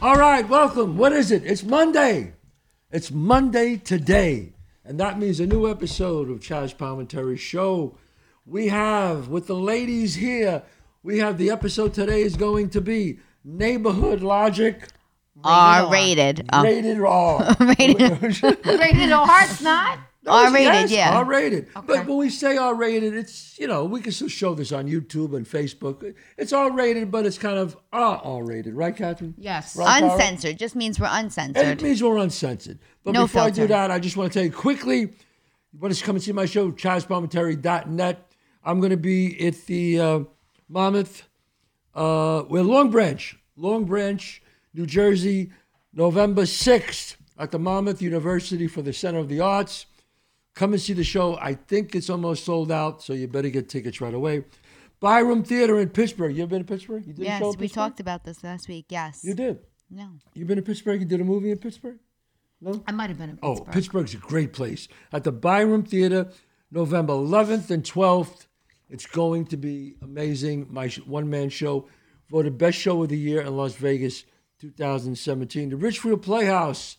All right, welcome. What is it? It's Monday. It's Monday today. And that means a new episode of Chaz Palm and Terry's show. We have, with the ladies here, we have the episode today is going to be Neighborhood Logic R rated. Um, Rated R. Rated R, it's not. R-rated, yeah. R rated. But when we say R rated, it's, you know, we can still show this on YouTube and Facebook. It's R rated, but it's kind of uh, R rated, right, Catherine? Yes. Right, Tara? uncensored just means we're uncensored. It means we're uncensored. But No before I do filter. that, I just want to tell you quickly, you want to come and see my show, chazpalmentary.net. I'm going to be at the uh, Monmouth, uh, we're Long Branch, Long Branch, New Jersey, November 6th at the Monmouth University for the Center of the Arts. Come and see the show. I think it's almost sold out, so you better get tickets right away. Byram Theater in Pittsburgh. You ever been to Pittsburgh? You did a yes, show in we Pittsburgh? talked about this last week. Yes. You did. No. You been to Pittsburgh? You did a movie in Pittsburgh? I might have been in Oh, Pittsburgh. Pittsburgh's a great place. At the Byram Theater, November 11th and 12th. It's going to be amazing. My one man show, voted best show of the year in Las Vegas 2017. The Richfield Playhouse,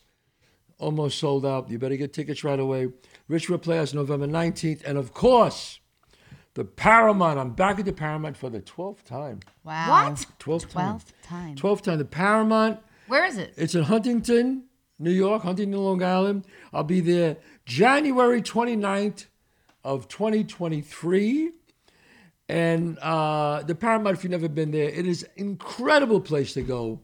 almost sold out. You better get tickets right away. Richfield Playhouse, November 19th. And of course, the Paramount. I'm back at the Paramount for the 12th time. Wow. What? 12th time. Twelfth time. 12th time. The Paramount. Where is it? It's in Huntington, New York, Huntington, Long Island. I'll be there January 29th of 2023. And uh, the Paramount, if you've never been there, it is incredible place to go.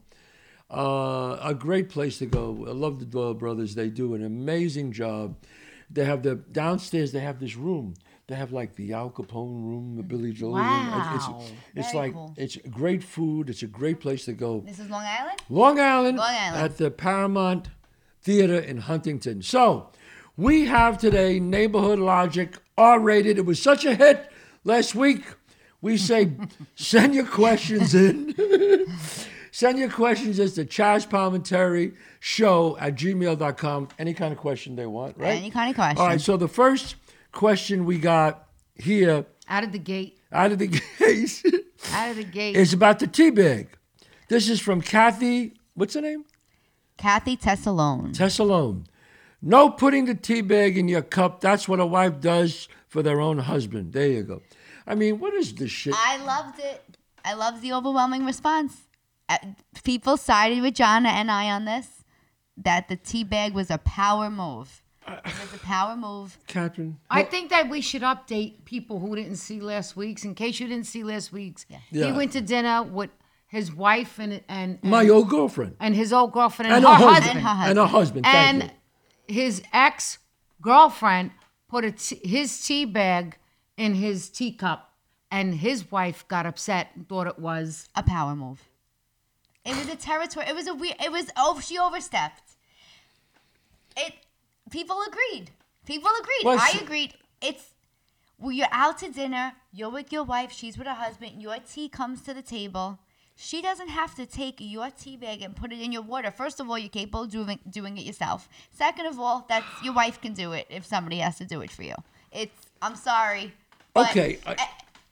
Uh, a great place to go. I love the Doyle brothers. They do an amazing job. They have the downstairs. They have this room. They have like the Al Capone room, the Billy Joel room. It's, Wow. it's, it's Very like cool. it's great food. It's a great place to go. This is Long Island. Long Island, Long Island. at the Paramount Theater in Huntington. So we have today Neighborhood Logic R rated. It was such a hit last week. We say send your questions in. send your questions as to Chaz Palmentary Show at gmail.com. Any kind of question they want, right? Any kind of question. All right, so the first question we got here Out of the gate. out of the case Out of the gate. is about the tea bag. This is from Kathy, what's her name? Kathy Tessalone. Tessalone. No putting the tea bag in your cup. That's what a wife does for their own husband. There you go. I mean, what is this shit? I loved it. I loved the overwhelming response. Uh, People sided with Jonna and I on this. That the tea bag was a power move. It was a power move. Catherine? I think that we should update people who didn't see last week's. In case you didn't see last week's, Yeah. he went to dinner with his wife and and and, My old girlfriend. and his old girlfriend And and, her her husband. husband. And her husband. Thank And his ex girlfriend put a t- his tea bag in his teacup, and his wife got upset and thought it was A power move. It was a territory. It was a weird. It was oh she overstepped. It. People agreed. People agreed. Well, I she- agreed. It's. Well, you're out to dinner. You're with your wife. She's with her husband. Your tea comes to the table. She doesn't have to take your tea bag and put it in your water. First of all, you're capable of doing, doing it yourself. Second of all, that's your wife can do it if somebody has to do it for you. It's. I'm sorry. but- Okay, I- eh,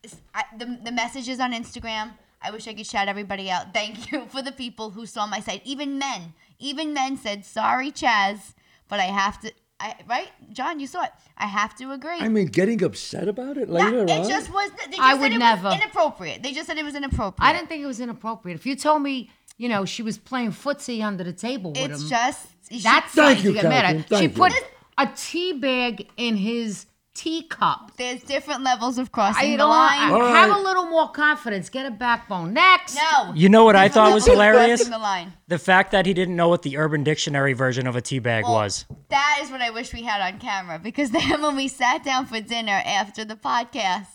s- I, the, the messages on Instagram. I wish I could shout everybody out. Thank you for the people who saw my site. Even men, even men said, "Sorry, Chaz, but I have to." I right, John, you saw it. I have to agree. you. I mean, getting upset about it Yeah, later it on? just was. They just I said would it never. was inappropriate. They just said it was inappropriate. I didn't think it was inappropriate. If you told me, you know, she was playing footsie under the table with It's him, just that's she- Thank something you, to get mad Catherine. at. she Thank you. put a tea bag in his teacup. There's different levels of crossing I the don't line. All I, have right. a little more confidence. Get a backbone. Next. no. You know what I Different thought levels was of hilarious? crossing The line. The fact that he didn't know what the Urban Dictionary version of a teabag Oh. was. That is what I wish we had on camera because then when we sat down for dinner after the podcast,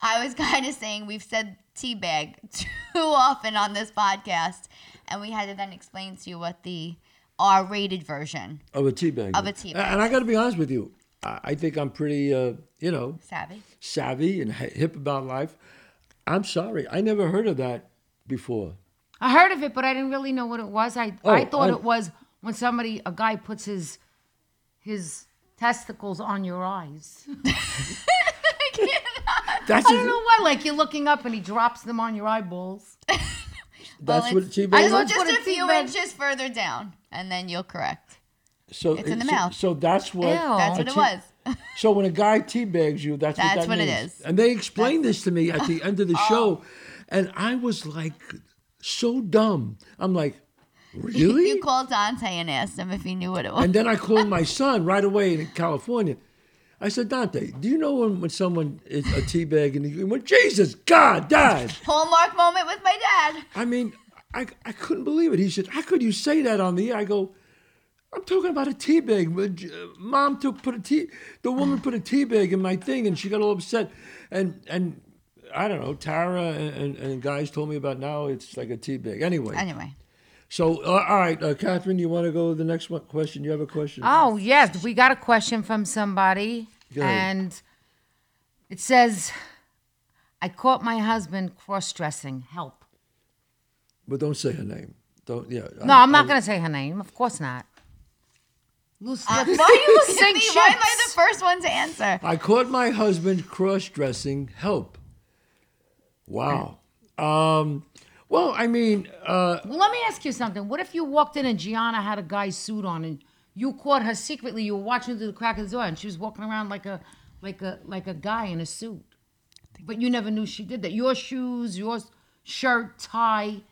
I was kind of saying we've said teabag too often on this podcast. And we had to then explain to you what the R rated version, of a tea bag. Of a tea bag. And I got to be honest with you. I I think I'm pretty, uh, you know, savvy. savvy and hi- hip about life. I'm sorry. I never heard of that before. I heard of it, but I didn't really know what it was. I Oh, I thought I- it was when somebody a guy puts his his testicles on your eyes. That's I don't know why. Like you're looking up and he drops them on your eyeballs. That's it's- what tea I bag go is. just Put a a few teabag- inches further down, and then you'll correct. So It's in the so- mouth. So, that's what. Ew. a That's what it tea- was. So when a guy teabags you, that's, That's what what that it means. is. Oh. And they explained this to me at the end of the show, and I was like, so dumb. I'm like, really? You called Dante and asked him if he knew what it was. And then I called my son right away in California. I said, Dante, do you know when, when someone is a teabag and he went, Jesus, God, Dad. Hallmark moment with my dad. I mean, I, I couldn't believe it. He said, How could you say that on the air? I go, I'm talking about a tea bag. But, uh, Mom took put a tea, the woman put a tea bag in my thing, and she got all upset. And and I don't know, Tara and, and, and guys told me about now it's like a tea bag. Anyway, Anyway, so uh, all right, uh, Catherine, you want to go to the next one question? You have a question? Oh, yes. We got a question from somebody. Go ahead. And it says, I caught my husband cross dressing. Help. but don't say her name. Don't. Yeah. No, I'm not going to say her name. Of course not. Uh, Loose lips. why are you Sink looking at me? Why am I ships. the first one to answer? I caught my husband cross dressing. Help. Wow. Um, well, I mean, uh, Well, let me ask you something. What if you walked in and Gianna had a guy's suit on and you caught her secretly? You were watching through the crack of the door and she was walking around like a like a like a guy in a suit, but you never knew she did that. Your shoes, your shirt, tie,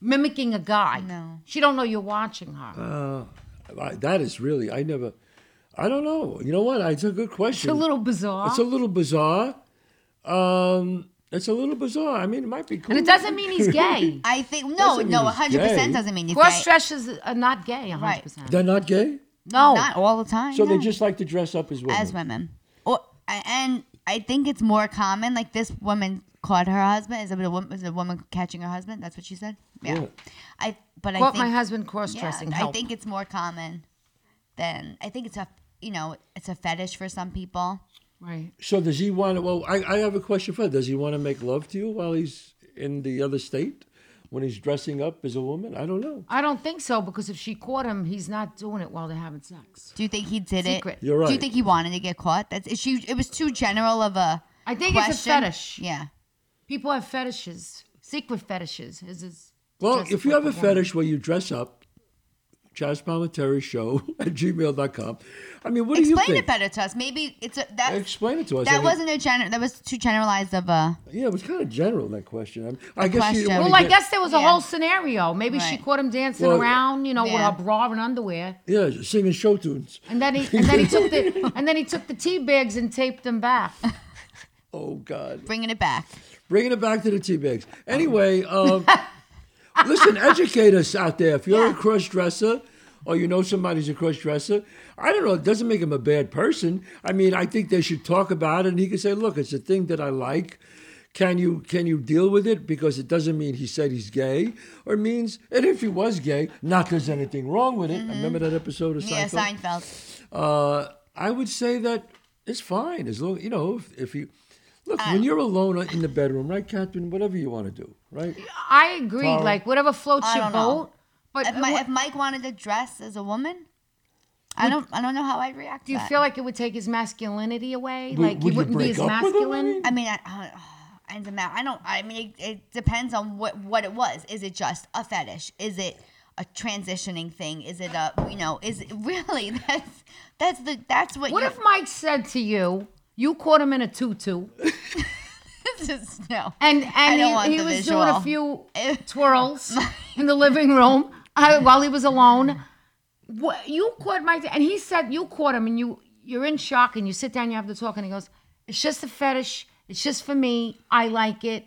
mimicking a guy. No. she don't know you're watching Uh, her. I, that is really I never. I don't know. You know what? It's a good It's question. a little bizarre, It's a little bizarre. Um, it's a little bizarre. I mean, it might be cool. and it doesn't mean he's gay. I think no, Doesn't mean no, he's 100% gay. doesn't mean he's Cross gay. dressers are not gay, hundred Right. percent. They're not gay, No, Not all the time. so no. they just like to dress up as women. as women. Or and I think it's more common. Like this woman caught her husband. Is it a woman? Is it a woman catching her husband? That's what she said. Yeah. Yeah. I but I caught think my husband cross yeah, dressing. I think it's more common than I think it's a you know it's a fetish for some people. right. So does he want to? Well, I, I have a question for. you. Does he want to make love to you while he's in the other state, when he's dressing up as a woman? I don't know. I don't think so because if she caught him, he's not doing it while they're having sex. Do you think he did Secret. it? You're Do you right. think he wanted to get caught? That's is she. It was too general of a. I think it's a question. fetish. Yeah. People have fetishes, secret fetishes. Is is Well, dress if up you like have a a woman. fetish where you dress up, Chaz Palmentary Show at gmail.com. I mean, what do you Explain think? it better to us. Maybe it's a that. Explain it to us. I That mean- wasn't a general. That was too generalized of uh, a. Yeah, it was kind of general that question. I, mean, I guess you question. didn't Well, wanna I get- guess there was a Yeah. whole scenario. Maybe she Right. caught him dancing Well- around, you know, Yeah. with her bra and underwear, yeah, singing show tunes. and then he and then he took the and then he took the tea bags and taped them back. Oh God, Bringing it back. bringing it back to the tea bags. Anyway, um, listen, educate us out there. If you're a cross dresser, or you know somebody's a cross dresser, I don't know. It doesn't make him a bad person. I mean, I think they should talk about it, and he can say, "Look, it's a thing that I like." Can you can you deal with it? Because it doesn't mean he said he's gay, or it means and if he was gay, not there's anything wrong with it. I remember that episode of Seinfeld. Yeah, Seinfeld. uh, I would say that it's fine as long you know if, if you look Uh, when you're alone in the bedroom, right, Catherine? Whatever you want to do, Oh, right? I agree. Like whatever floats I your don't know. boat. But if, my, if Mike wanted to dress as a woman, I don't I don't know how I'd react. do you to that. feel like it would take his masculinity away? Would- like would he you wouldn't be break up as with him, I masculine. mean? I mean, I, uh, I, I don't know. I don't. I mean, it, it depends on what what it was. Is it just a fetish? Is it a transitioning thing? Is it a you know? Is it really that's that's the that's what, What you're if Mike said to you, "You caught him in a tutu"? this is no. And and don't he- want he, the was visual. Eh. doing a few twirls in the living room uh, while he was alone. What, you caught my and he said you caught him and you you're in shock and you sit down you have the talk and he goes it's just a fetish it's just for me I like it.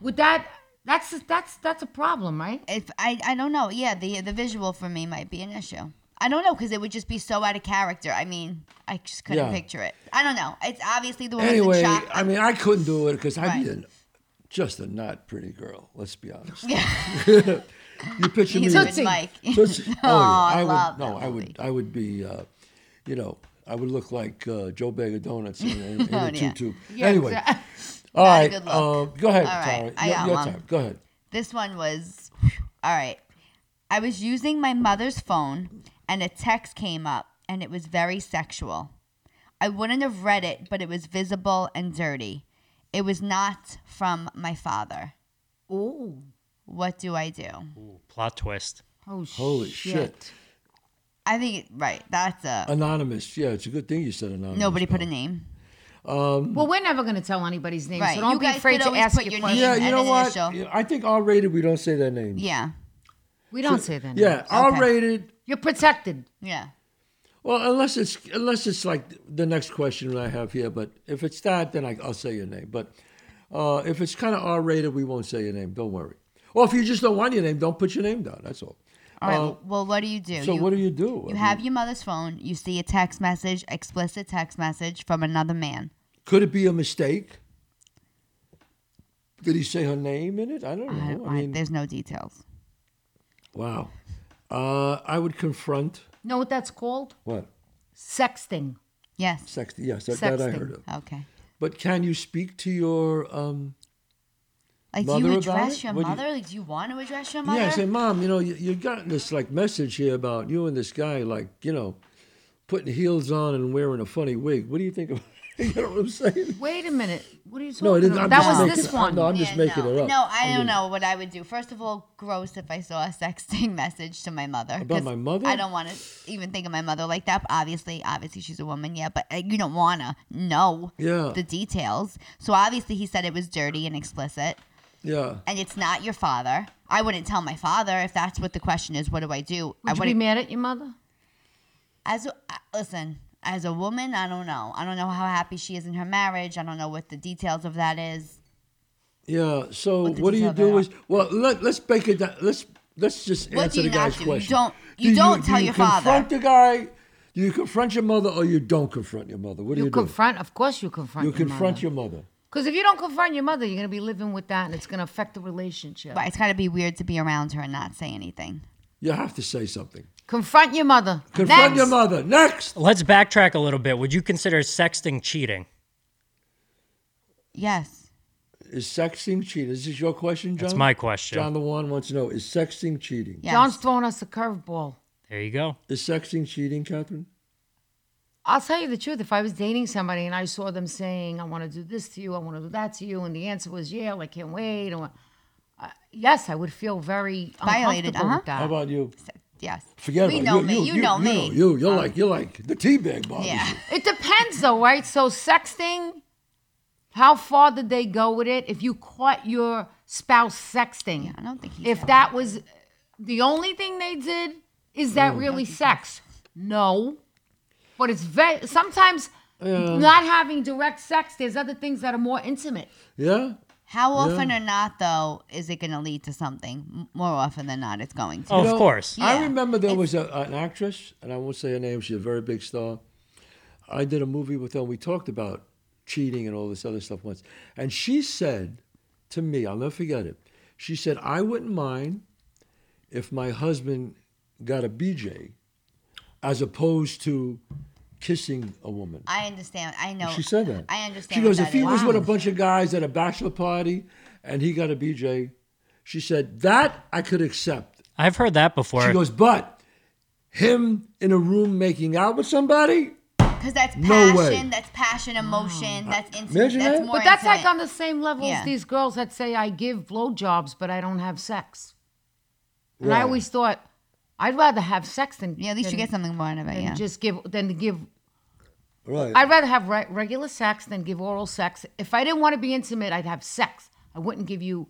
Would that that's that's that's a problem right? If I I don't know. Yeah, the the visual for me might be an issue. I don't know because it would just be so out of character. I mean, I just couldn't Yeah. picture it. I don't know. It's obviously the woman's in Anyway, shock. I mean, I couldn't do it because I'd be Right. an, just a not pretty girl. Let's be honest. yeah. You picture me. He's with- with Mike. Tootsie- oh, yeah, I love would, no, that I would, I would be, uh, you know, I would look like uh, Joe Bag of Donuts in, in, in Oh, a yeah. tutu. anyway, exa- all Not a right, good look. um, go ahead, All right, Tara. I Your, got your one. time. Go ahead. This one was all right. I was using my mother's phone and a text came up and it was very sexual. I wouldn't have read it, but it was visible and dirty. It was not from my father. Oh, What do I do? Ooh, plot twist. oh, Holy shit. I think, right, that's a. Anonymous. Yeah, it's a good thing you said anonymous. Nobody put a pal. name. Well, we're never going to tell anybody's name, Right, so don't you be guys afraid could to always ask put your your question. Yeah, name. you And know an what? initial. I think R rated, we don't say their name. Yeah, We don't say that. Yeah, R rated. You're protected. yeah. Well, unless it's unless it's like the next question that I have here, but if it's that, then I, I'll say your name. But uh, if it's kind of R rated, we won't say your name. Don't worry. Or if you just don't want your name, don't put your name down. That's all. All right, well, well, what do you do? Uh, So you, what do you do? I you have your mother's phone, you see a text message, explicit text message from another man. mean, could it be a mistake? Did he say her name in it? I don't I, know. I, I- mean, there's no details. wow. Uh, I would confront Know what that's called? what Sexting. Yes. sex. Yes, that, that I Sexting. heard of. Okay. But can you speak to your um, Like, do Mother you about address it? your What do you- mother? like, do you want to address your mother? Yeah, I say, Mom, you know, you, you got this like message here about you and this guy, like, you know, putting heels on and wearing a funny wig. What do you think of You know what I'm saying? Wait a minute. What are you talking No, it isn't. about? I'm That just was making, this one. No, I'm just Yeah, making no. it up. No, I don't know what I would do. First of all, gross if I saw a sexting message to my mother. About 'cause my mother? I don't want to even think of my mother like that. Obviously, obviously she's a woman, yeah, but uh, you don't want to know Oh. Yeah. the details. So obviously he said it was dirty and explicit, Yeah. and it's not your father. I wouldn't tell my father if that's what the question is. What do I do? I Would you be mad at your mother? as a, uh, listen as a woman i don't know i don't know how happy she is in her marriage i don't know what the details of that is Yeah. So What what, do did you you tell them? do is well let us break it down let's let's just What answer do you the not guy's do? You question. don't- you don't tell do you your father. confront the guy, do you confront your mother or you don't confront your mother? What do You you, confront, of course, you confront. do? You your confront mother. your mother. Because if you don't confront your mother, you're going to be living with that, and it's going to affect the relationship. but it's got to be weird to be around her and not say anything You have to say something. Confront your mother. Confront Next. your mother. Next. Let's backtrack a little bit. Would you consider sexting cheating? yes Is sexting cheating? Is this your question, John? That's my question. John the one wants to know: Is sexting cheating? yes John's throwing us a curveball. There you go. Is sexting cheating, Catherine? I'll tell you the truth. If I was dating somebody and I saw them saying, "I want to do this to you, I want to do that to you," and the answer was, "Yeah, I can't wait," or uh, "Yes," I would feel very Violated, uh-huh. uncomfortable with How that. about you? yes Forget Uh, we about know you, me you, You, know you me Um, you. You're like you're like the teabag bothers yeah you. It depends, though, right? So sexting. How far did they go with it? If you caught your spouse sexting, i don't think he's if that was the only thing they did, is that really sex? No. But it's very sometimes not having direct sex, there's other things that are more intimate. Yeah. how often or not though is it going to lead to something M- more often than not it's going to Oh, You of know, course. I Yeah. remember there was a, an actress, and I won't say her name. She's a very big star. I did a movie with her. and We talked about cheating and all this other stuff once, and she said to me, "I'll never forget it." She said, "I wouldn't mind if my husband got a BJ, as opposed to kissing a woman." i understand i know She said that. Oh, i understand She what goes, that if he is. was with a bunch of guys at a bachelor party and he got a BJ, she said, that I could accept. I've heard that She before. goes, but him in a room making out with somebody? because that's No passion way. that's passion emotion that's intimate Imagine that's that. more Mm. But that's like um, intimate. on the same level Yeah. as these girls that say I give blowjobs but I don't have sex. And I Right. always thought I'd rather have sex than yeah at least you than- get something more out of it than yeah just give than to give Right. I'd rather have re- regular sex than give oral sex. If I didn't want to be intimate, I'd have sex. I wouldn't give you.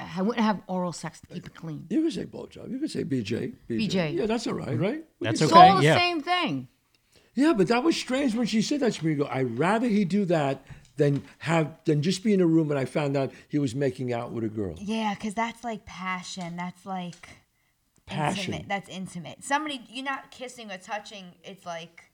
I wouldn't have oral sex to keep it clean. you could say blowjob. You could say BJ. BJ. BJ. Yeah, that's all right, right? We That's could It's say- okay. all the yeah. same thing. Yeah, but that was strange when she said that to me. You go, I'd rather he do that than have than just be in a room and I found out he was making out with a girl. Yeah, because that's like passion. That's like Passion. Intimate. That's intimate. Somebody you're not kissing or touching. It's like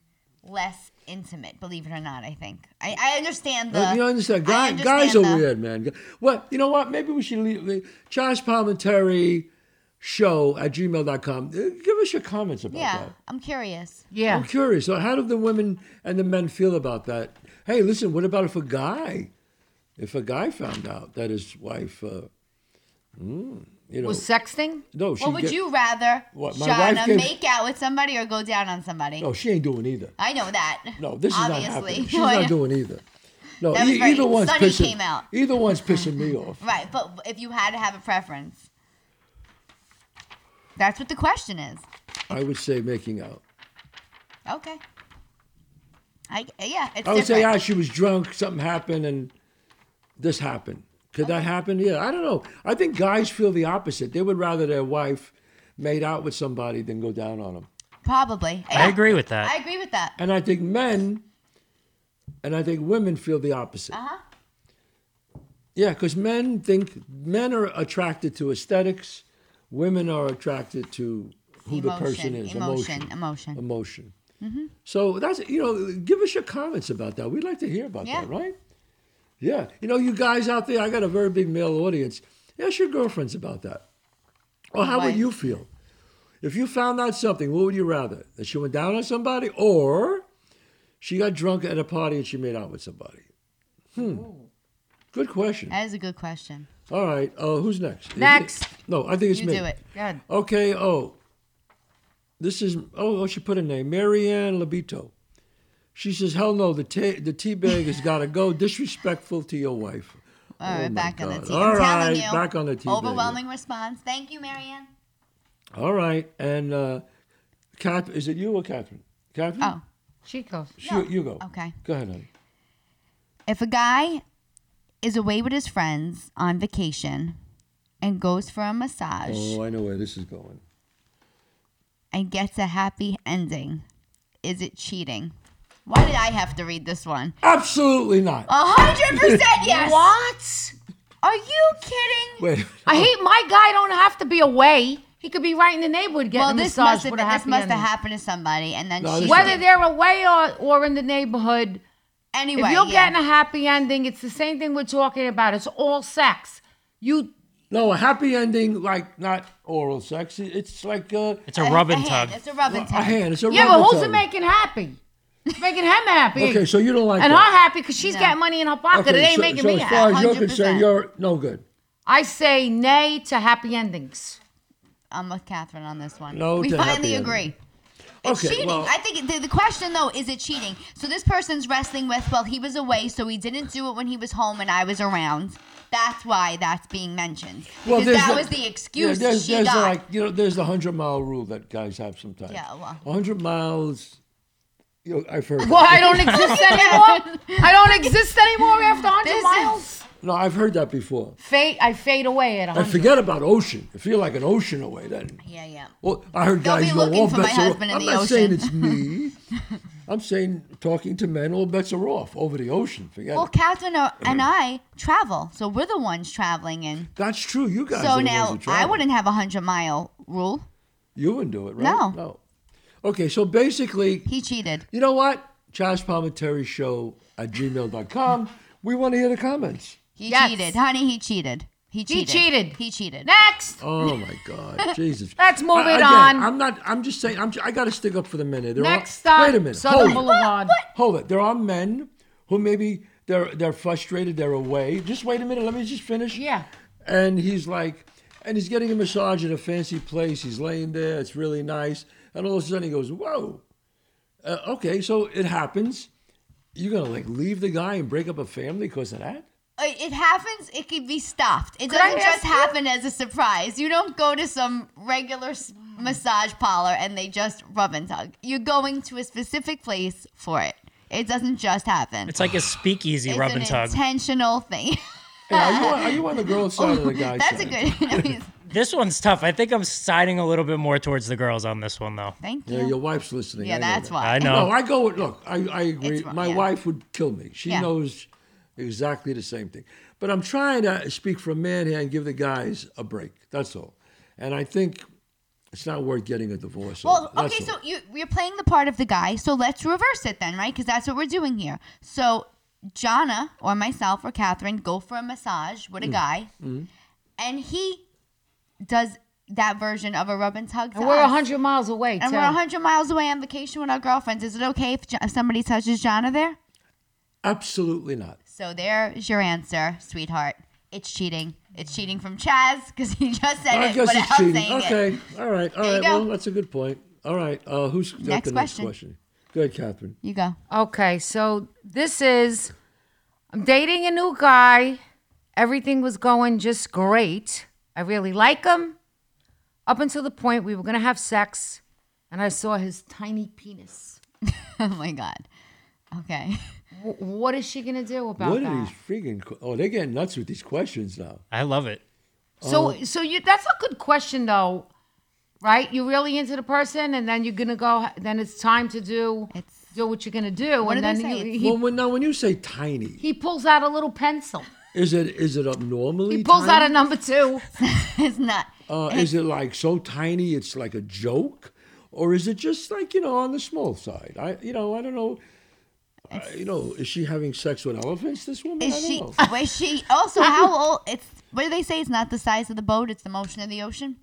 less intimate. Believe it or not, I think I, I understand the. Uh, you understand? I Guy, understand guys are the- weird, man. Well, you know what? Maybe we should leave the Josh Palmentary show at gmail.com. Uh, Give us your comments about Yeah, that. I'm curious. Yeah. I'm curious. So how do the women and the men feel about that? Hey, listen, what about if a guy, if a guy found out that his wife, uh, mm, you know, Was sexting? no, she What would get- you rather, What, my wife Shauna, gave- make out with somebody or go down on somebody? no, she ain't doing either. I know that. No, this is obviously. not happening. She's not doing either. No, That was e- very- either one's Sunny pissing. came out. Either one's pissing me off. Right, but if you had to have a preference, that's what the question is. I would say making out. Okay. I yeah, it's I would say, different. ah, she was drunk, something happened, and this happened. Could that happen? Yeah, I don't know. I think guys feel the opposite. They would rather their wife made out with somebody than go down on them. Probably. I Yeah, agree with that. I agree with that. And I think men and I think women feel the opposite. Uh-huh. Yeah, because men think men are attracted to aesthetics, women are attracted to who the person is, emotion, emotion. emotion. Mm-hmm. So that's you know, give us your comments about that. We'd like to hear about Yeah. that, right? Yeah, you know, you guys out there, I got a very big male audience. Ask your girlfriends about that. Or how would Right. you feel if you found out something? What would you rather that she went down on somebody, or she got drunk at a party and she made out with somebody? Hmm. Good question. That is a good question. All right. Uh, who's next? Is it- Next. No, I think it's You me. do it. Good. Okay. Oh, this is. Oh, oh she put a name. Marianne Labito. She says, "Hell no. The ta- the tea bag has got to go. Disrespectful to your wife." All Oh right, my back on God. the tea. All I'm telling right, you. back on the tea, baby. Overwhelming response. Thank you, Marianne. All right. And uh, Kath, is it you or Catherine? Catherine. Oh, She goes. She- You go. okay. Go ahead, honey. If a guy is away with his friends on vacation and goes for a massage Oh, I know where this is going. and gets a happy ending, is it cheating? Why did I have to read this one? Absolutely not. A hundred percent yes. What? Are you kidding? Wait. I hate my guy. Don't have to be away. He could be right in the neighborhood getting Well, a this massage must have with a been, this happy must have ending. happened to somebody, and then No, she. this- Whether they're away or, or in the neighborhood, anyway, if you're yeah. getting a happy ending, it's the same thing we're talking about. It's all sex. You No, a happy ending, like not oral sex. It's like uh, it's a rub and tug. hand. It's a rub and a tug. hand. It's a Yeah, but rubber who's it tug. making happy? It's making him happy. Okay, so you don't like and her that. happy because she's got money in her pocket. it ain't so, making so me as far happy. as you're 100%. concerned, you're no good. I say nay to happy endings. I'm with Catherine on this one. No we to finally happy agree. It's Okay, cheating. well, I think the, the question though is it cheating? So this person's wrestling with well he was away so he didn't do it when he was home and I was around. That's why that's being mentioned well, because there's that the- was the excuse Yeah, there's, she there's got. like you know, there's the hundred mile rule that guys have sometimes. Yeah, well. hundred miles. You know, I've heard. Well, I don't exist anymore. I don't exist anymore after 100 This miles. No, I've heard that before. Fade, I fade away at I 100. forget about ocean. I feel like an ocean away then. yeah, yeah. Well, I heard They'll guys be go looking all for my bets are off. husband in I'm the not saying ocean. it's me. I'm saying talking to men, all bets are off over the ocean. Forget Well, it. Catherine uh, and I travel, so we're the ones traveling in. That's true. You guys. are So the ones now that I travel. wouldn't have a hundred mile rule. You wouldn't do it, right? No. No. Okay, so basically, He cheated. You know what? Josh Palmentary Show at gmail.com. We want to hear the comments. He Yes. cheated, honey. He cheated. He cheated. cheated. He cheated. Next. Oh my God, Jesus! Let's move I- it again, on. I'm not. I'm just saying. I'm. I got to stick up for the men. There are- Next up, Wait a minute. Hold Southern it. Boulevard. Hold it. There are men who maybe they're they're frustrated. They're away. Just wait a minute. Let me just finish. Yeah. And he's like, and he's getting a massage at a fancy place. He's laying there. It's really nice. And all of a sudden he goes, "Whoa, uh, okay." So it happens. You're gonna like leave the guy and break up a family because of that? Uh, It happens. It can be stopped. It Could I doesn't just ask you- happen as a surprise. You don't go to some regular s- massage parlor and they just rub and tug. You're going to a specific place for it. It doesn't just happen. It's like a speakeasy It's rub an and tug. intentional thing. Hey, are, you on, are you on the girl's side or the guy's Oh, That's a side? good. no, he's- this one's tough. I think I'm siding a little bit more towards the girls on this one, though. Thank you. Yeah, your wife's listening. Yeah, I know that's that. why. I know. No, I go with look. I, I agree. wrong, My yeah. wife would kill me. She Yeah. knows exactly the same thing. But I'm trying to speak for a man here and give the guys a break. That's all. And I think it's not worth getting a divorce. Well, over. That's okay, all. so you, you're playing the part of the guy, so let's reverse it then, right? Because that's what we're doing here. So, Jonna or myself or Catherine go for a massage Mm. with a guy, and he does that version of a rub and tug. To And we're us. 100 miles away, and too. we're 100 miles away on vacation with our girlfriends. Is it okay if, Jo- if somebody touches Jonna there? absolutely not. So, there's your answer, sweetheart. It's cheating. It's cheating from Chaz because he just said I it guess without it's cheating. saying it. Okay. All right. All There you right. go. Well, that's a good point. All right. Uh, who's got Next the next question. question? Good, Catherine. You go. Okay, so this is I'm dating a new guy. Everything was going just great. I really like him. Up until the point we were going to have sex, and I saw his tiny penis. oh my god. Okay. W- what is she going to do about what that? are these freaking? que- Oh, they're getting nuts with these questions now. I love it. uh, So so you that's a good question though. Right? You're really into the person and then you're gonna go then it's time to do It's- do what you're gonna do. What and do they then say? you- It's- he, well, when, now when you say tiny, he pulls out a little pencil. is it is it abnormally? He pulls out a tiny? number two. it's not. Uh, is it like so tiny it's like a joke, or is it just like you know on the small side? I you know I don't know. I, you know, is she having sex with elephants? This woman, I Is don't she? know. Was she? Also, how old? It's what do they say? It's not the size of the boat; it's the motion of the ocean.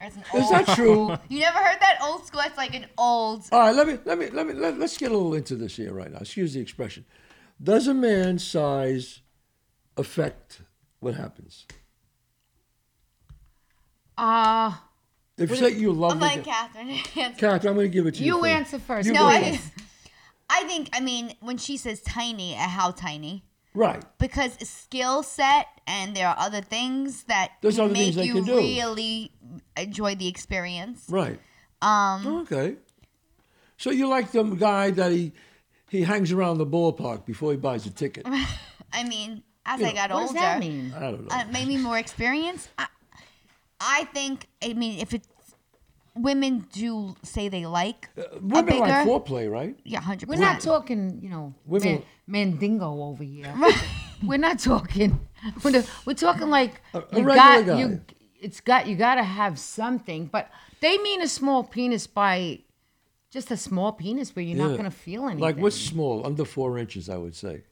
Or It's an Is old. that true? you never heard that old school? It's like an old. All right, let me let me let me let, let's get a little into this here right now. Excuse the expression. Does a man's size affect what happens? Uh If say you love I'm the like guy- Catherine. Catherine, I'm going to give it to you. you first. answer first. You no, go I. ahead. Just, I think. I mean, when she says tiny, uh, how tiny? Right. Because skill set, and there are other things that There's other make things they you can do. really enjoy the experience. Right. Um. Okay. So you like the guy that he he hangs around the ballpark before he buys a ticket? I I mean, as I got what older, does that mean? don't know. uh, maybe more experience. I, I think. I mean, if it's women do say they like a Uh, Women bigger, like foreplay, right? yeah, hundred We're not percent. talking, you know, Women- man, mandingo over here. we're not talking. We're, not- we're talking like a you regular got guy. you. It's got you got to have something, but they mean a small penis by just a small penis where you're Yeah. not gonna feel anything. Like what's small? Under four inches, I would say.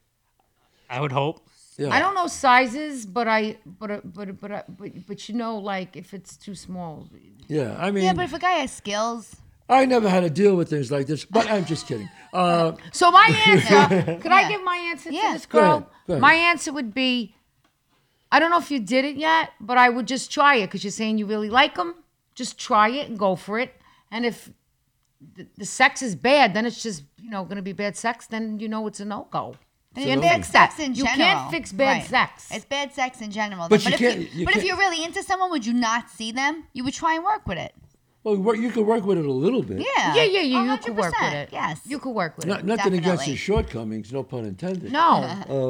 I would hope. Yeah. I don't know sizes, but I but uh, but but uh, but but you know, like if it's too small, Yeah. I mean, Yeah, but if a guy has skills, I never had to deal with things like this. But I'm just kidding. Uh, So my answer, could Yeah. I give my answer Yeah. to this Go girl? ahead. Go ahead. My answer would be, I don't know if you did it yet, but I would just try it because you're saying you really like them. Just try it and go for it. And if the, the sex is bad, then it's just you know going to be bad sex. Then you know it's a no go. you can't Absolutely. fix sex in You general. can't fix bad sex. It's bad sex in general. But though. you if can't- You, you but if can't- you're really into someone, would you not see them? You would try and work with it. well, work- you could work with it a little bit. Yeah. Yeah, yeah, yeah. You could work with 100%, it. Yes. you could work with Not, it. nothing against Definitely. his shortcomings, no pun intended. No,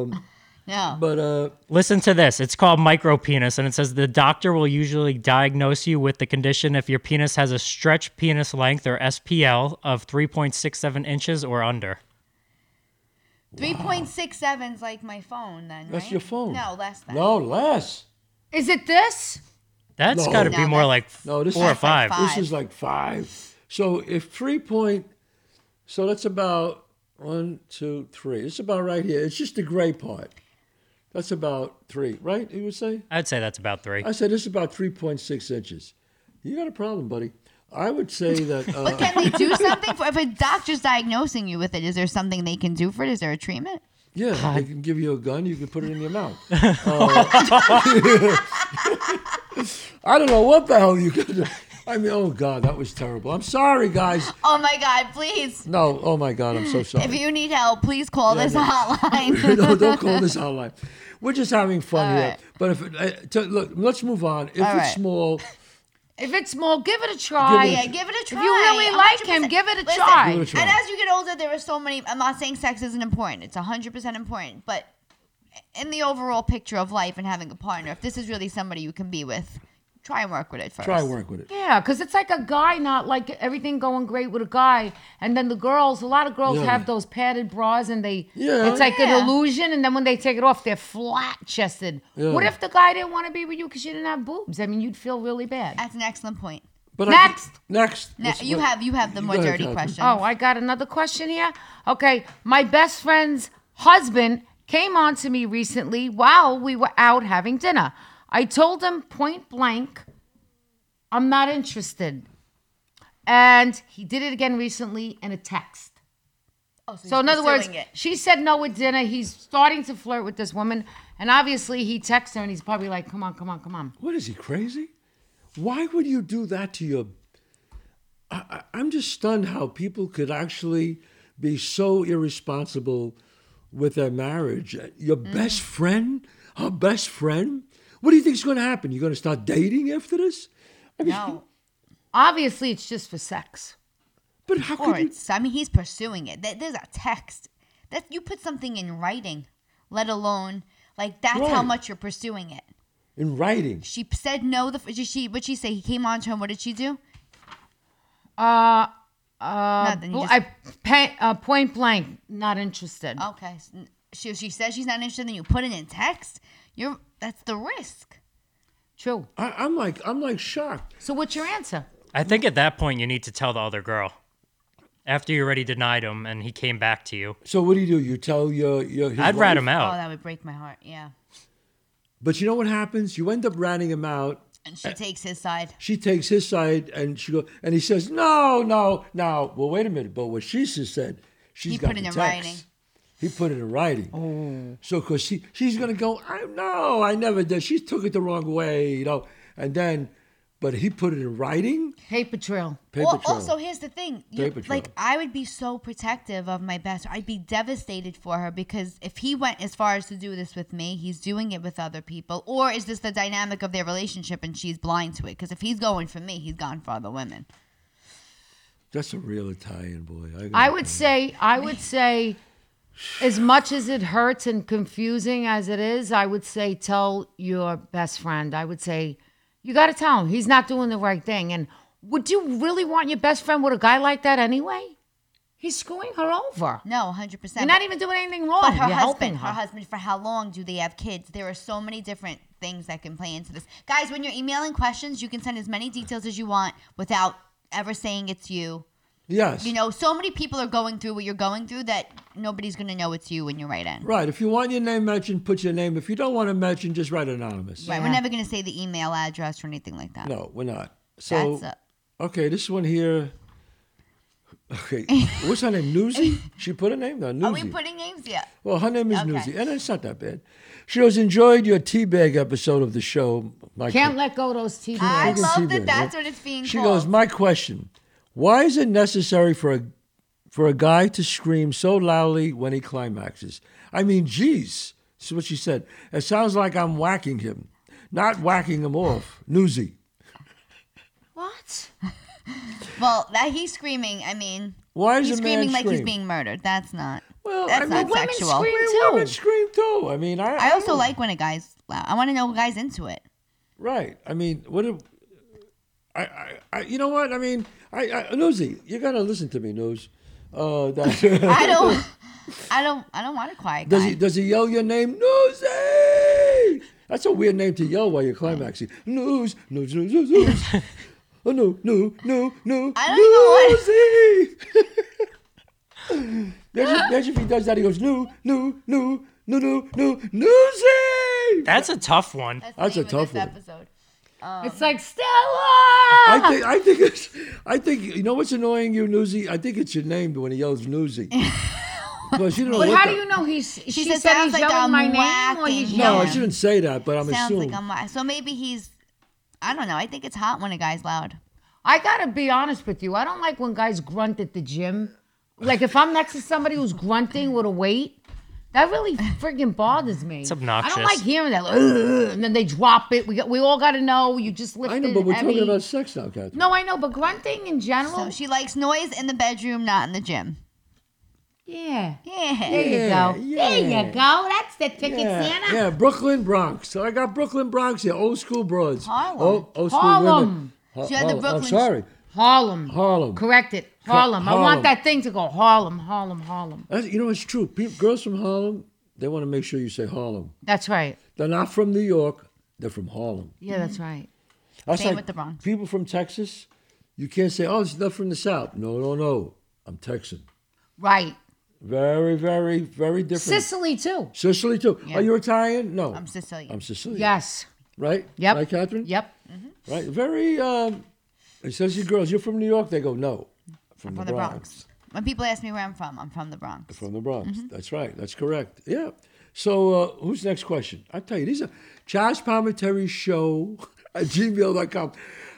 no. But uh, Listen to this. It's called micropenis, and it says the doctor will usually diagnose you with the condition if your penis has a stretch penis length or SPL of 3.67 inches or under. Three point six seven's like my phone. Then that's right? your phone. No, less than. No, less. is it this? That's No. got to No, be more that's- like No, this four or is- five. Like This is like five. So if three point, so that's about one, two, three. It's about right here. It's just the gray part. That's about three, right? You would say. I'd say that's about three. I said it's about three point six inches. You got a problem, buddy. I would say that. Uh, Can they do something for if a doctor's diagnosing you with it? Is there something they can do for it? Is there a treatment? yeah, they can give you a gun. You can put it in your mouth. Uh, I don't know what the hell you could. do. I mean, oh God, that was terrible. I'm sorry, guys. Oh my God! Please, No, oh my God, I'm so sorry. if you need help, please call this no. hotline. no, don't call this our life. We're just having fun All here. right. But if uh, to, look, let's move on. If All it's right. small, If it's small, give it a try. Give yeah, it give it a try. you really like him, 100%. give it a Listen, try. Give it a try. And as you get older, there are so many. I'm not saying sex isn't important. It's 100 percent important, but in the overall picture of life and having a partner, if this is really somebody you can be with, try and work with it first. try and work with it. Yeah, because it's like a guy not like everything going great with a guy, and then the girls. A lot of girls Yeah. have those padded bras, and they. Yeah. It's like Yeah. an illusion, and then when they take it off, they're flat chested. What if the guy didn't want to be with you because you didn't have boobs? I mean, you'd feel really bad. That's an excellent point. But Next. I, next, Now, Let's- you what- have you have the you more go ahead, dirty Catherine. question. Oh, I got another question here. Okay, my best friend's husband came on to me recently while we were out having dinner. I told him point blank, I'm not interested. And he did it again recently in a text. Oh, So he's in other words, pursuing it. she said no at dinner. He's starting to flirt with this woman, and obviously he texts her, and he's probably like, "Come on, come on, come on." What is he crazy? Why would you do that to your? I, I, I'm just stunned how people could actually be so irresponsible with their marriage. Your Mm-hmm. best friend, her best friend. What do you think's going to happen? You're going to start dating after this? I mean, No. Obviously, it's just for sex. but how Or could you? it's, I mean, he's pursuing it. There- There's a text that you put something in writing, let alone like that's how Right. much you're pursuing it. In writing, She said no. The f- she what she say? He came on to her. What did she do? Uh, Nothing. you well, just- Oh. I pa- uh, point blank, not interested. Okay. s- n- She she says she's not interested. Then you put it in text. You're that's the risk. True. I, I'm like, I'm like shocked. So, what's your answer? I think at that point you need to tell the other girl. After you already denied him and he came back to you, So what do you do? You tell your your. his I'd rat wife? him Oh, out. that would break my heart. Yeah. But you know what happens? You end up ratting him out. And she takes his side. She takes his side, and she go, and he says, "No, no, no." Well, wait a minute. But what she just said, she's He got put the it in text. writing. He put it in writing. Oh. So, cause she she's gonna go, I no, I never did. She took it the wrong way, you know. And then, but he put it in writing. Paper trail. Paper Well, trail. also here's the thing. You- Paper trail. like I would be so protective of my best. I'd be devastated for her because if he went as far as to do this with me, he's doing it with other people. Or is this the dynamic of their relationship and she's blind to it? Because if he's going for me, he's gone for other women. That's a real Italian boy. gotta I would tell say, I would say, as much as it hurts and confusing as it is, I would say tell your best friend. I would say, you got to tell him he's not doing the right thing. And would you really want your best friend with a guy like that anyway? He's screwing her over. No, hundred You're percent. not even doing anything wrong. But her You're helping husband, her. her. husband, for how long do they have kids? There are so many different things that can play into this. Guys, when you're emailing questions, you can send as many details as you want without ever saying it's you. you. yes, You know, so many people are going through what you're going through that nobody's going to know it's you when you write in. Right. right. If you want your name mentioned, put your name. If you don't want to mention, just write anonymous. We're Yeah. never going to say the email address or anything like that. No, we're not. So, That's okay, this one here. Okay, what's her name? Newsy. She put her name down. Newsy. Are Oh, we putting names yet? Well, her name is Okay. Newsy, and it's not that bad. She goes, enjoyed your teabag episode of the show. My Can't let go of those teeth. I can see love that, that that's yeah. what it's being she called. goes, my question: Why is it necessary for a for a guy to scream so loudly when he climaxes? I mean, geez, this is what she said. It sounds like I'm whacking him, not whacking him off. Newsy. What? well, that he's screaming, I mean, Why is he's a man screaming like scream? he's being murdered. That's not. Well, that's I mean, not women sexual. scream Women- too. Women scream too. I mean, I I also don't- like when a guy's loud. I want to know guys into it. Right. I mean, what? If, I, I, I, you know what? I mean, I, I Nosy, you gotta listen to me, Nose. Uh, that, I don't. I don't. I don't want a quiet guy. does he does he yell your name, Nosy? That's a weird name to yell while you're climaxing. News, news, news, news, news. Oh no, no, no, no, I Nosy. Imagine imagine if he does that. He goes, no, no, no, no, no, no, Nosy. That's a tough one. That's a tough one. episode. it's like Stella. I think I think it's I think you know what's annoying you, Newsy. I think it's your name when he yells Newsy. Because you don't. know but what how the- do you know he's? She, said, said "Sounds he's like I'm yelling my name, or he's whacking No, I yelling. him." shouldn't say that, but I'm Sounds assuming. like I'm. li- So maybe he's. I don't know. I think it's hot when a guy's loud. I gotta be honest with you. I don't like when guys grunt at the gym. Like if I'm next to somebody who's grunting with a weight, that really freaking bothers me. It's I don't obnoxious. like hearing that, like, "Ugh," and then they drop it. We got, we all gotta know. You just I lifted know, but we're heavy. talking about sex now, Catherine. No, I know, but grunting in general. Oh. So she likes noise in the bedroom, not in the gym. yeah. Yeah. There you Yeah, go. yeah. There you go. That's the ticket, Yeah, Santa. yeah, Brooklyn Bronx. So I got Brooklyn Bronx here, old school broads. Harlem. Oh, old school women. Harlem. Ha- She had the Harlem. I'm Brooklyn- sorry. Harlem. Harlem. Correct it. Harlem. I Harlem. want that thing to go Harlem, Harlem, Harlem. That's- you know, it's true. People, girls from Harlem, they want to make sure you say Harlem. That's right. They're not from New York. They're from Harlem. Yeah, that's right. That's Same with the Bronx. People from Texas, you can't say, "Oh, it's not from the South." No, no, no. I'm Texan. Right. Very, very, very different. Sicily too. Sicily too. Are you Italian? No, I'm Sicilian. I'm Sicilian. Yes. Right. Yep. Right, Catherine. Yep. Right. Very. Um, it says you girls. You're from New York. They go no. From, from the Bronx. When people ask me where I'm from, I'm from the Bronx. From the Bronx. That's right. That's correct. Yeah. So uh, who's next question? I tell you, these are Josh Palmetary Show at gmail.com.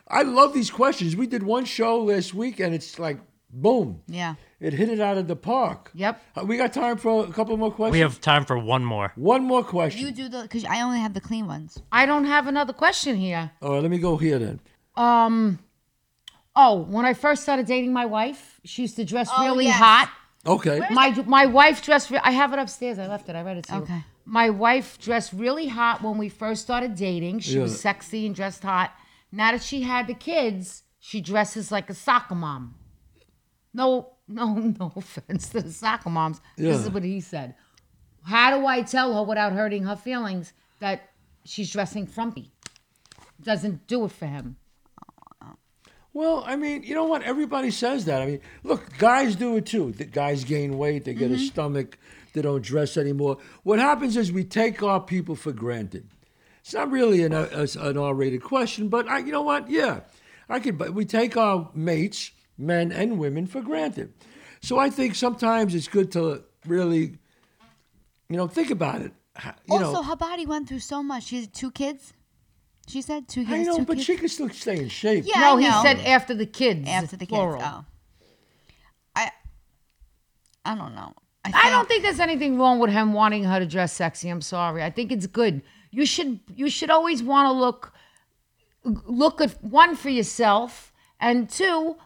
I love these questions. We did one show last week, and it's like boom. Yeah. It hit it out of the park. Yep. Uh, We got time for a couple more questions. We have time for one more. one more question. You do the because I only have the clean ones. I don't have another question here. All right, let me go here then. Um, oh, when I first started dating my wife, she used to dress Oh, really yes. hot. Okay. My my wife dressed. Re- I have it upstairs. I left it. I read it to you. Okay. My wife dressed really hot when we first started dating. She was Yeah. sexy and dressed hot. Now that she had the kids, she dresses like a soccer mom. No, no, no offense to the soccer moms. This is Yeah. what he said. How do I tell her without hurting her feelings that she's dressing frumpy? Doesn't do it for him. Well, I mean, you know what? Everybody says that. I mean, look, guys do it too. The guys gain weight, they Mm-hmm. get a stomach, they don't dress anymore. What happens is we take our people for granted. It's not really an, a, an R-rated question, but I, you know what? Yeah, I could. But we take our mates, men and women, for granted. So I think sometimes it's good to really, you know, think about it. Ha- You also, know, her body went through so much. She has two kids. She said two kids. I know, two but kids. she can still stay in shape. Yeah, no, I he know. said after the kids. after the kids. plural. Oh, I, I don't know. I don't think there's anything wrong with him wanting her to dress sexy. I'm sorry. I think it's good. You should you should always want to look look at one for yourself and two,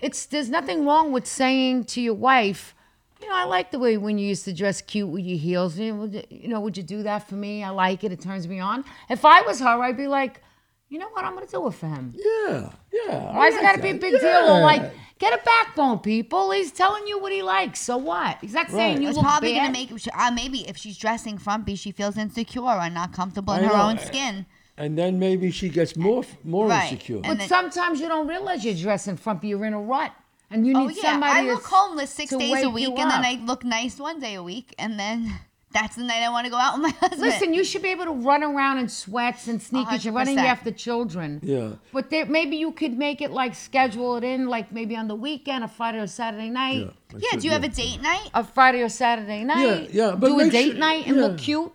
it's there's nothing wrong with saying to your wife, you know, I like the way when you used to dress cute with your heels. You know, would you, you know, would you do that for me? I like it. It turns me on. If I was her, I'd be like, you know what? I'm gonna do it for him. yeah, yeah. Why does it gotta be a big deal? Or like, get a backbone, people. He's telling you what he likes. So what? He's not saying Right. you It's look probably gonna bad. make she- uh, maybe if she's dressing frumpy, she feels insecure or not comfortable in I her know. own skin. and then maybe she gets more more Right. insecure. And- But sometimes you don't realize you're dressing frumpy. You're in a rut, and you need Oh yeah, somebody. I look to- homeless six to days a wake week, you and then up. I look nice one day a week, and then that's the night I want to go out with my husband. Listen, you should be able to run around in sweats and sneakers. You're running 100%. after children. Yeah. But there, maybe you could make it like schedule it in, like maybe on the weekend, a Friday or Saturday night, yeah, I yeah, should- do you have a date night? a Friday or Saturday night. yeah, but do a make date sure- night and look yeah. cute.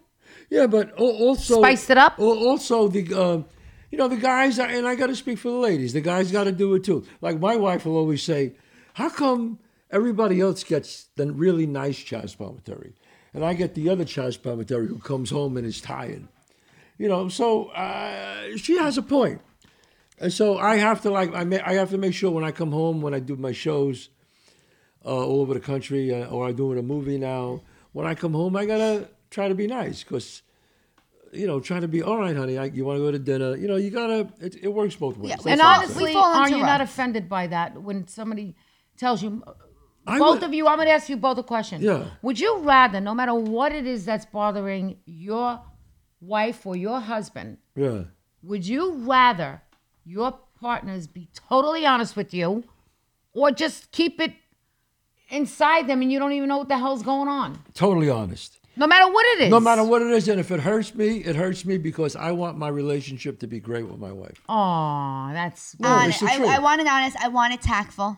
Yeah, but al- also Spice it up? al- Also the. Um, you know the guys, are- and I got to speak for the ladies. The guys got to do it too. Like my wife will always say, "How come everybody else gets the really nice Chaz Palminteri, and I get the other Chaz Palminteri who comes home and is tired?" You know, so uh, she has a point. And so I have to like I, may, I have to make sure when I come home when I do my shows uh, all over the country uh, or I'm doing a movie now. When I come home, I gotta try to be nice because you know try to be all right, honey. I, you want to go to dinner? You know you gotta. It, it works both ways. Yeah, That's And all I'm fall- honestly, we fall are into you not ruts. offended by that when somebody tells you? saying. I both would- of you, I'm going to ask you both a question. Yeah. Would you rather, no matter what it is that's bothering your wife or your husband, Yeah. would you rather your partners be totally honest with you or just keep it inside them and you don't even know what the hell's going on? Totally honest. No matter what it is. No matter what it is, and if it hurts me, it hurts me because I want my relationship to be great with my wife. Aw, that's. No, Hon- it's the I, truth. I want it honest. I want it tactful.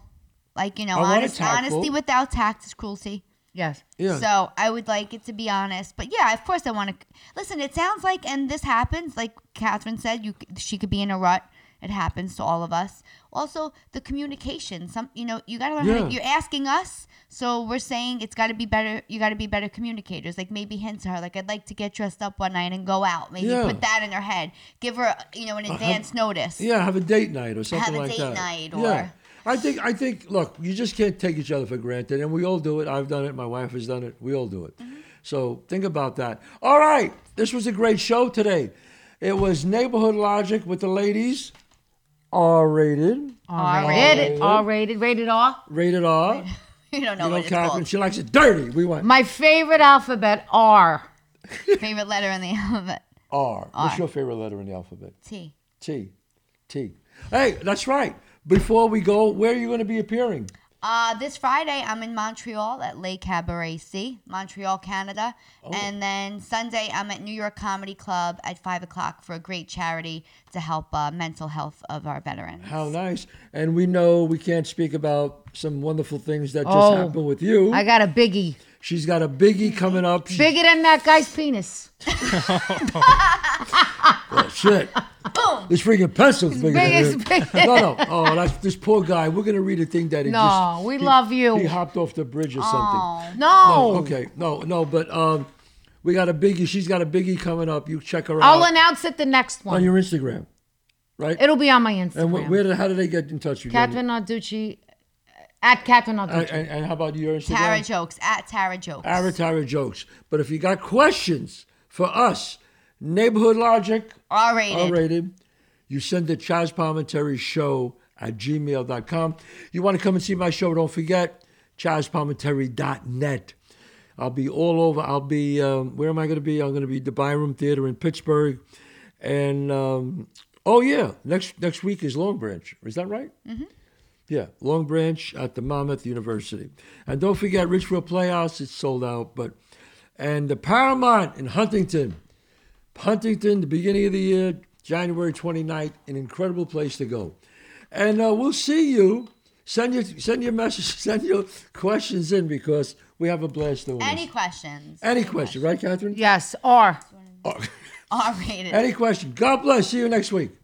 Like you know, I want it honest, tactful. honesty without tact is cruelty. yes. Yeah. So I would like it to be honest, but yeah, of course I want to listen. It sounds like, and this happens, like Catherine said, you c- she could be in a rut. It happens to all of us. Also, the communication. Some, you know, you gotta learn. How Yeah. to, you're asking us, so we're saying it's gotta be better. You gotta be better communicators. Like maybe hint to her, like I'd like to get dressed up one night and go out. Maybe Yeah. Uh-huh. put that in her head. Give her, you know, an advance notice. Yeah, have a date night or something a like date that. night yeah. or- I think I think look, you just can't take each other for granted, and we all do it. I've done it. My wife has done it. We all do it. So think about that. All right, this was a great show today. It was neighborhood logic with the ladies, R rated, R rated. R rated. Rated R. rated R. You don't know You know, what it's Catherine, she likes it dirty. We want My favorite alphabet, R. called. Favorite letter in the alphabet. R. What's your favorite letter in the alphabet? T. T. T. Hey, that's right. Before we go, where are you going to be appearing? Uh, this Friday, I'm in Montreal at Le Cabaret C, Montreal, Canada. Oh. And then Sunday, I'm at New York Comedy Club at 5 o'clock for a great charity to help uh, mental health of our veterans. How nice. And we know we can't speak about some wonderful things that just Oh. happened with you. I got a biggie. She's got a biggie coming up. She- Bigger than that guy's penis. Oh, shit. Boom. This freaking pencil's bigger big as- than big you. No, no. Oh, that's this poor guy. We're gonna read a thing that he No, just. we he- love you. Oh. He hopped off the bridge or something. No. Okay. No, no. But um, we got a biggie. She's got a biggie coming up. You check her I'll out announce it the next on one. your Instagram, right? It'll be on my Instagram. Oh, and wh- where did, how did they get in touch with Catherine Narducci at Catherine you? And, Narducci. and, and how about your Instagram? Tara jokes at Tara jokes. Ara Tara jokes. But if you got questions for us, neighborhood logic R rated. R rated. You send the Chaz Palmentary Show at gmail.com. You want to come and see my show, don't forget chazpalmentary.net. I'll be all over. I'll be, um, where am I going to be? I'm going to be at the Byram Theater in Pittsburgh. And, um, oh, yeah, next next week is Long Branch. Is that right? Mm-hmm. Yeah, Long Branch at the Monmouth University. And don't forget Richfield Playhouse. It's sold out. but And the Paramount in Huntington. Huntington, the beginning of the year, January 29th, an incredible place to go. And uh, we'll see you. Send your send your message, send your questions in because we have a blast doing Any this. questions? Any question, right, Catherine? yes, or. R rated. Any question. God bless. See you next week.